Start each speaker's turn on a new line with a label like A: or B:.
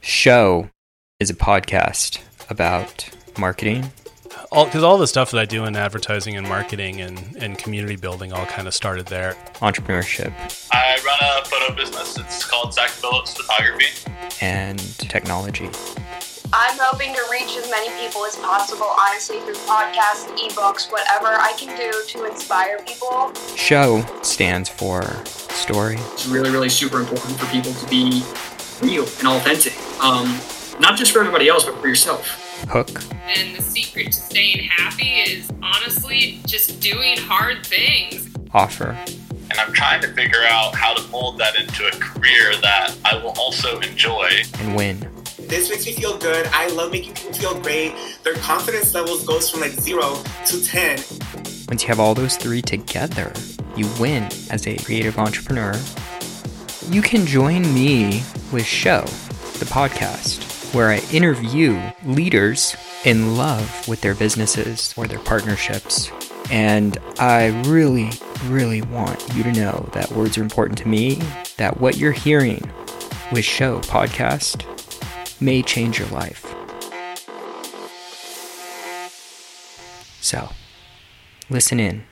A: show is a podcast about marketing.
B: all because all the stuff that I do in advertising and marketing and, and community building all kind of started there.
A: entrepreneurship
C: I run a photo business. It's called Zach Phillips Photography.
A: and technology.
D: I'm hoping to reach as many people as possible, honestly, through podcasts, ebooks, whatever I can do to inspire people.
A: Show stands for story.
E: it's really, really super important for people to be real and authentic. Um, not just for everybody else, but for yourself.
A: Hook
F: And the secret to staying happy is honestly just doing hard things.
A: offer
C: And I'm trying to figure out how to mold that into a career that I will also enjoy.
A: and win.
G: This makes me feel good. I love making people feel great. Their confidence levels goes from like zero to ten.
A: Once you have all those three together, you win as a creative entrepreneur. You can join me with Show, the podcast, where I interview leaders in love with their businesses or their partnerships. And I really, really want you to know that words are important to me, that what you're hearing with Show podcast may change your life. So, listen in.